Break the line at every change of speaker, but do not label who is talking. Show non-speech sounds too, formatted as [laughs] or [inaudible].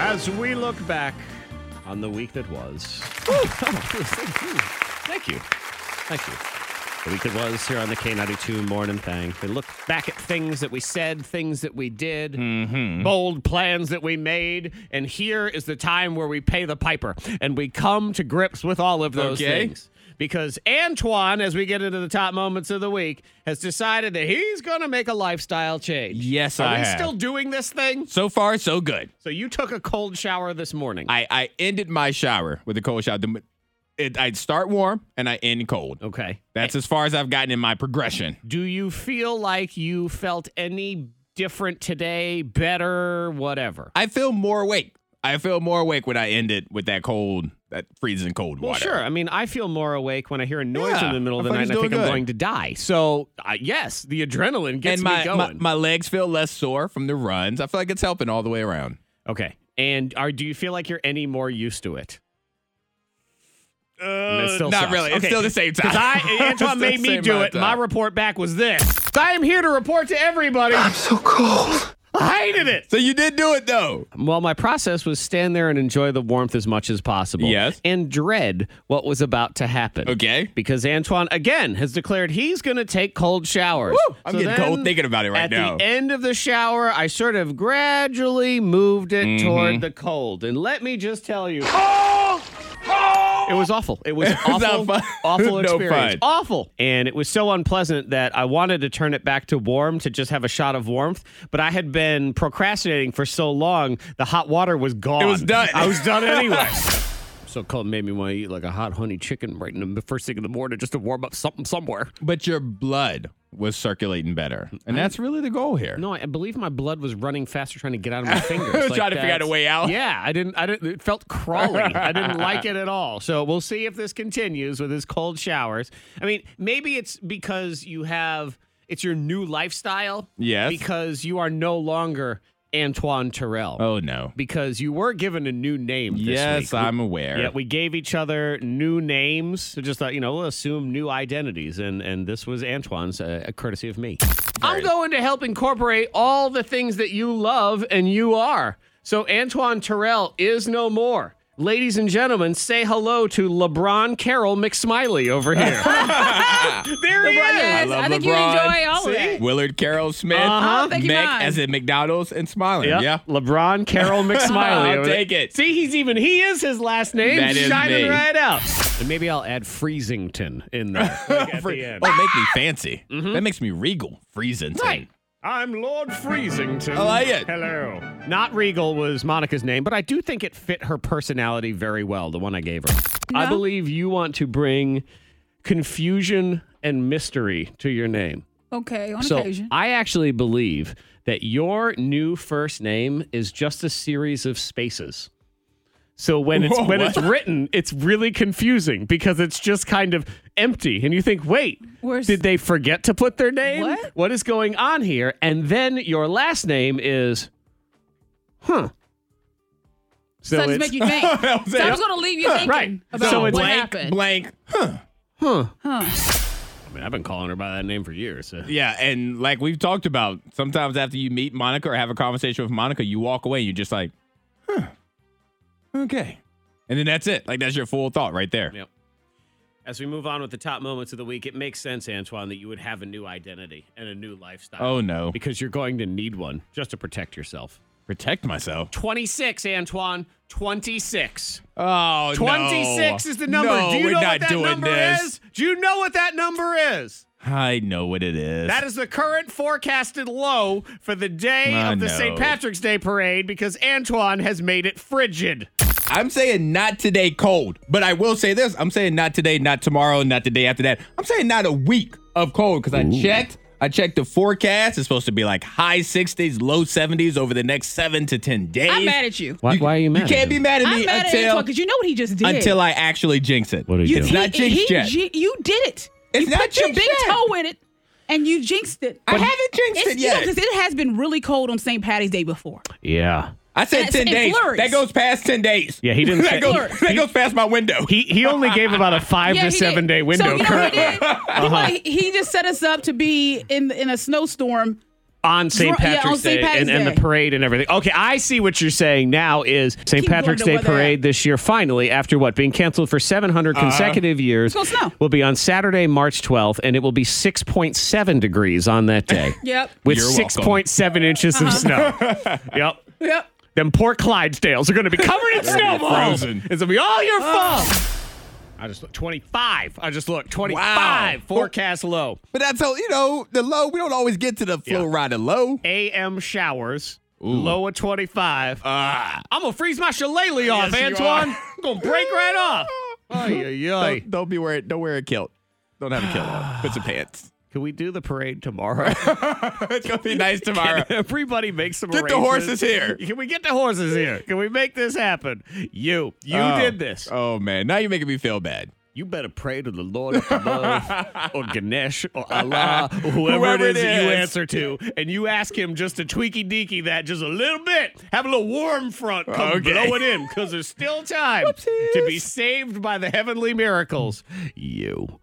As we look back on the week that was. [laughs] Thank you. Thank you. The week that was here on the K92 Morning Thing. We look back at things that we said, things that we did, bold plans that we made, and here is the time where we pay the piper and we come to grips with all of those
Okay.
things. Because Antoine, as we get into the top moments of the week, has decided that he's going to make a lifestyle change.
Yes,
Are we
I have.
still doing this thing?
So far, so good.
So you took a cold shower this morning.
I, I ended my shower with a cold shower. The- It, I'd start warm and I end cold.
okay.
That's as far as I've gotten in my progression.
Do you feel like you felt any different today, better, whatever?
I feel more awake. I feel more awake when I end it with that cold, that freezing cold
Well,
water.
sure. I mean, I feel more awake when I hear a noise
Yeah,
in the middle of
I
the night
thought
and I think
he's doing
I'm
good.
going to die. So, uh, yes, the adrenaline gets me
and my, my
going.
my legs feel less sore from the runs. I feel like it's helping all the way around.
okay. And are, do you feel like you're any more used to it? it still
Uh, not
sucks.
really. It's
Okay.
still
[laughs]
the same time.
Because I,
[laughs] It's still
Antoine made
the
me
same
do
amount
it.
of
My
time.
report back was this. I am here to report to everybody. I'm so cold. I hated it.
so you did do it though.
Well, my process was stand there and enjoy the warmth as much as possible.
Yes.
And dread what was about to happen.
Okay.
Because Antoine, again, has declared he's going to take cold showers.
Woo! I'm getting cold thinking about it right
at
now.
the end of the shower, I sort of gradually moved it
Mm-hmm.
toward the cold. And let me just tell you. It was awful. It
[laughs]
was
was not
awful,
fun.
awful
[laughs] No
experience.
fun.
Awful. And it was so unpleasant that I wanted to turn it back to warm to just have a shot of warmth, but I had been procrastinating for so long, the hot water was gone.
It was done.
I was done
[laughs]
anyway. so cold made me want to eat like a hot honey chicken right in the first thing in the morning just to warm up something somewhere.
But your blood was circulating better, and that's really the goal here.
No, I I believe my blood was running faster trying to get out
[laughs]
of my fingers.
Trying to figure out a
that's-
way out.
Yeah, I didn't. I didn't. It felt crawly. I
[laughs]
didn't like it at all. So we'll see if this continues with his cold showers. I mean, maybe it's because you have it's your new lifestyle.
Yes.
Because you are no longer Antoine Terrell.
Oh no.
Because you were given a new name. This
Yes,
week.
I'm aware.
Yeah, we gave each other new names. So just thought, you know, we'll assume new identities, and and this was Antoine's, uh, courtesy of me. I'm going to help incorporate all the things that you love and you are. So Antoine Terrell is no more. Ladies and gentlemen, say hello to LeBron Carroll McSmiley over [laughs] here. there he
I
is.
Yes,
love
I think you
LeBron.
enjoy all of
See?
it.
Willard Carroll Smith,
Uh-huh.
Oh, thank you,
Mac,
Don.
as in McDonald's, and smiling.
Yep.
Yeah.
LeBron
[laughs]
Carroll McSmiley.
I'll
over there.
take it.
See, he's even he is his last name.
That is
shining
me.
right out. And maybe I'll add Freezington in there [laughs] like at
Fre-
the end.
Oh, make me fancy. That makes me regal. Freezing.
Mm-hmm. Right. I'm Lord Freezington.
I like it.
Hello. Not Regal was Monica's name, but I do think it fit her personality very well, the one I gave her. I
No?
believe you want to bring confusion and mystery to your name.
Okay, on
So
occasion.
I actually believe that your new first name is just a series of spaces. So when it's
Whoa,
when [laughs]
what?
it's written, it's really confusing because it's just kind of empty, and you think, wait,
Where's-
did they forget to put their name?
What?
what is going on here? And then your last name is, huh?
so
So
I just
it's
make you think. so
That was it.
I was going to leave you thinking
Right.
about
So
what
it's-
blank,
happened.
blank.
I mean, I've been calling her by that name for years. so-
Yeah, and like we've talked about, sometimes after you meet Monica or have a conversation with Monica, you walk away and you're just like, huh, okay. And then that's it. Like that's your full thought right there.
Yep. As we move on with the top moments of the week, it makes sense, Antoine, that you would have a new identity and a new lifestyle.
Oh no.
Because you're going to need one just to protect yourself.
Protect myself.
26, Antoine. 26.
Oh
26
no.
is the number.
No,
Do you
we're
know
not
what that
doing
number
this.
is? Do you know what that number is?
I know what it is.
That is the current forecasted low for the day
I
of the
know.
St. Patrick's Day parade because Antoine has made it frigid.
I'm saying not today cold, but I will say this. I'm saying not today, not tomorrow, not the day after that. I'm saying not a week of cold because I checked. I checked the forecast. It's supposed to be like high 60s, low 70s over the next seven to 10 days.
I'm mad at you.
Why, why are you mad?
You can't be mad at
I'm
me
mad at
until,
Antoine because you know what he just did.
until I actually jinx it.
What are you
you,
doing?
It's not
he-
jinxed
he
yet.
ji- you did it.
it's not
Put your
jinxed
big
yet.
toe in it, and you jinxed it.
I haven't jinxed
It's-
it
you know,
yet.
'cause it has been really cold on St. Patty's Day before.
Yeah.
I said
it's-
10
it
days.
flurries.
That goes past 10 days.
Yeah, he didn't say-
[laughs] that, goes,
Flurries.
that goes past my window.
He, he only gave about a five
[laughs] Yeah,
to
he did.
seven day window
Uh-huh.
So, you know what he
currently.
did? He, like, he just set us up to be in in a snowstorm
on St.
Dr- yeah, on
Patrick's Day,
St. Patrick's
and, and the
Day.
parade and everything. Okay, I see what you're saying now is St.
Keep going
Patrick's
to uh,
Day
where they're
parade this year finally after what being canceled for 700
Uh-huh.
consecutive years
It's gonna snow.
will be on Saturday, March 12th and it will be 6.7 degrees on that
[laughs]
day.
Yep.
With
You're welcome.
6.7 inches
Uh-huh.
of snow.
[laughs]
yep.
Yep.
Them poor Clydesdales are going to be covered in snowballs.
frozen.
It's going to be all your fault. I just looked 25. I just looked 25.
Wow.
Forecast low.
But that's how you know the low. We don't always get to the
Yeah.
Florida low.
AM showers. Low of 25.
Ah,
I'm going to freeze my shillelagh off,
Yes, you
Antoine.
are.
[laughs] I'm going to break right off. Ay, [laughs] ay, ay.
don't, don't be wearing. Don't wear a kilt. Don't have a kilt [sighs] on. Put some pants.
Can we do the parade tomorrow?
[laughs]
[laughs]
it's gonna be [laughs] nice tomorrow.
Everybody make some
Get the
arrangements.
horses here.
[laughs] Can we get the horses here? Can we make this happen? You. You
Oh.
did this.
Oh man, now you're making me feel bad.
You better pray to the Lord of
[laughs]
above, or Ganesh, or Allah, or whoever, it is that you
is.
answer to, and you ask Him just to tweaky deaky that just a little bit. Have a little warm front come
Okay.
blow it
[laughs]
in, because there's still time to be saved by the heavenly miracles. You.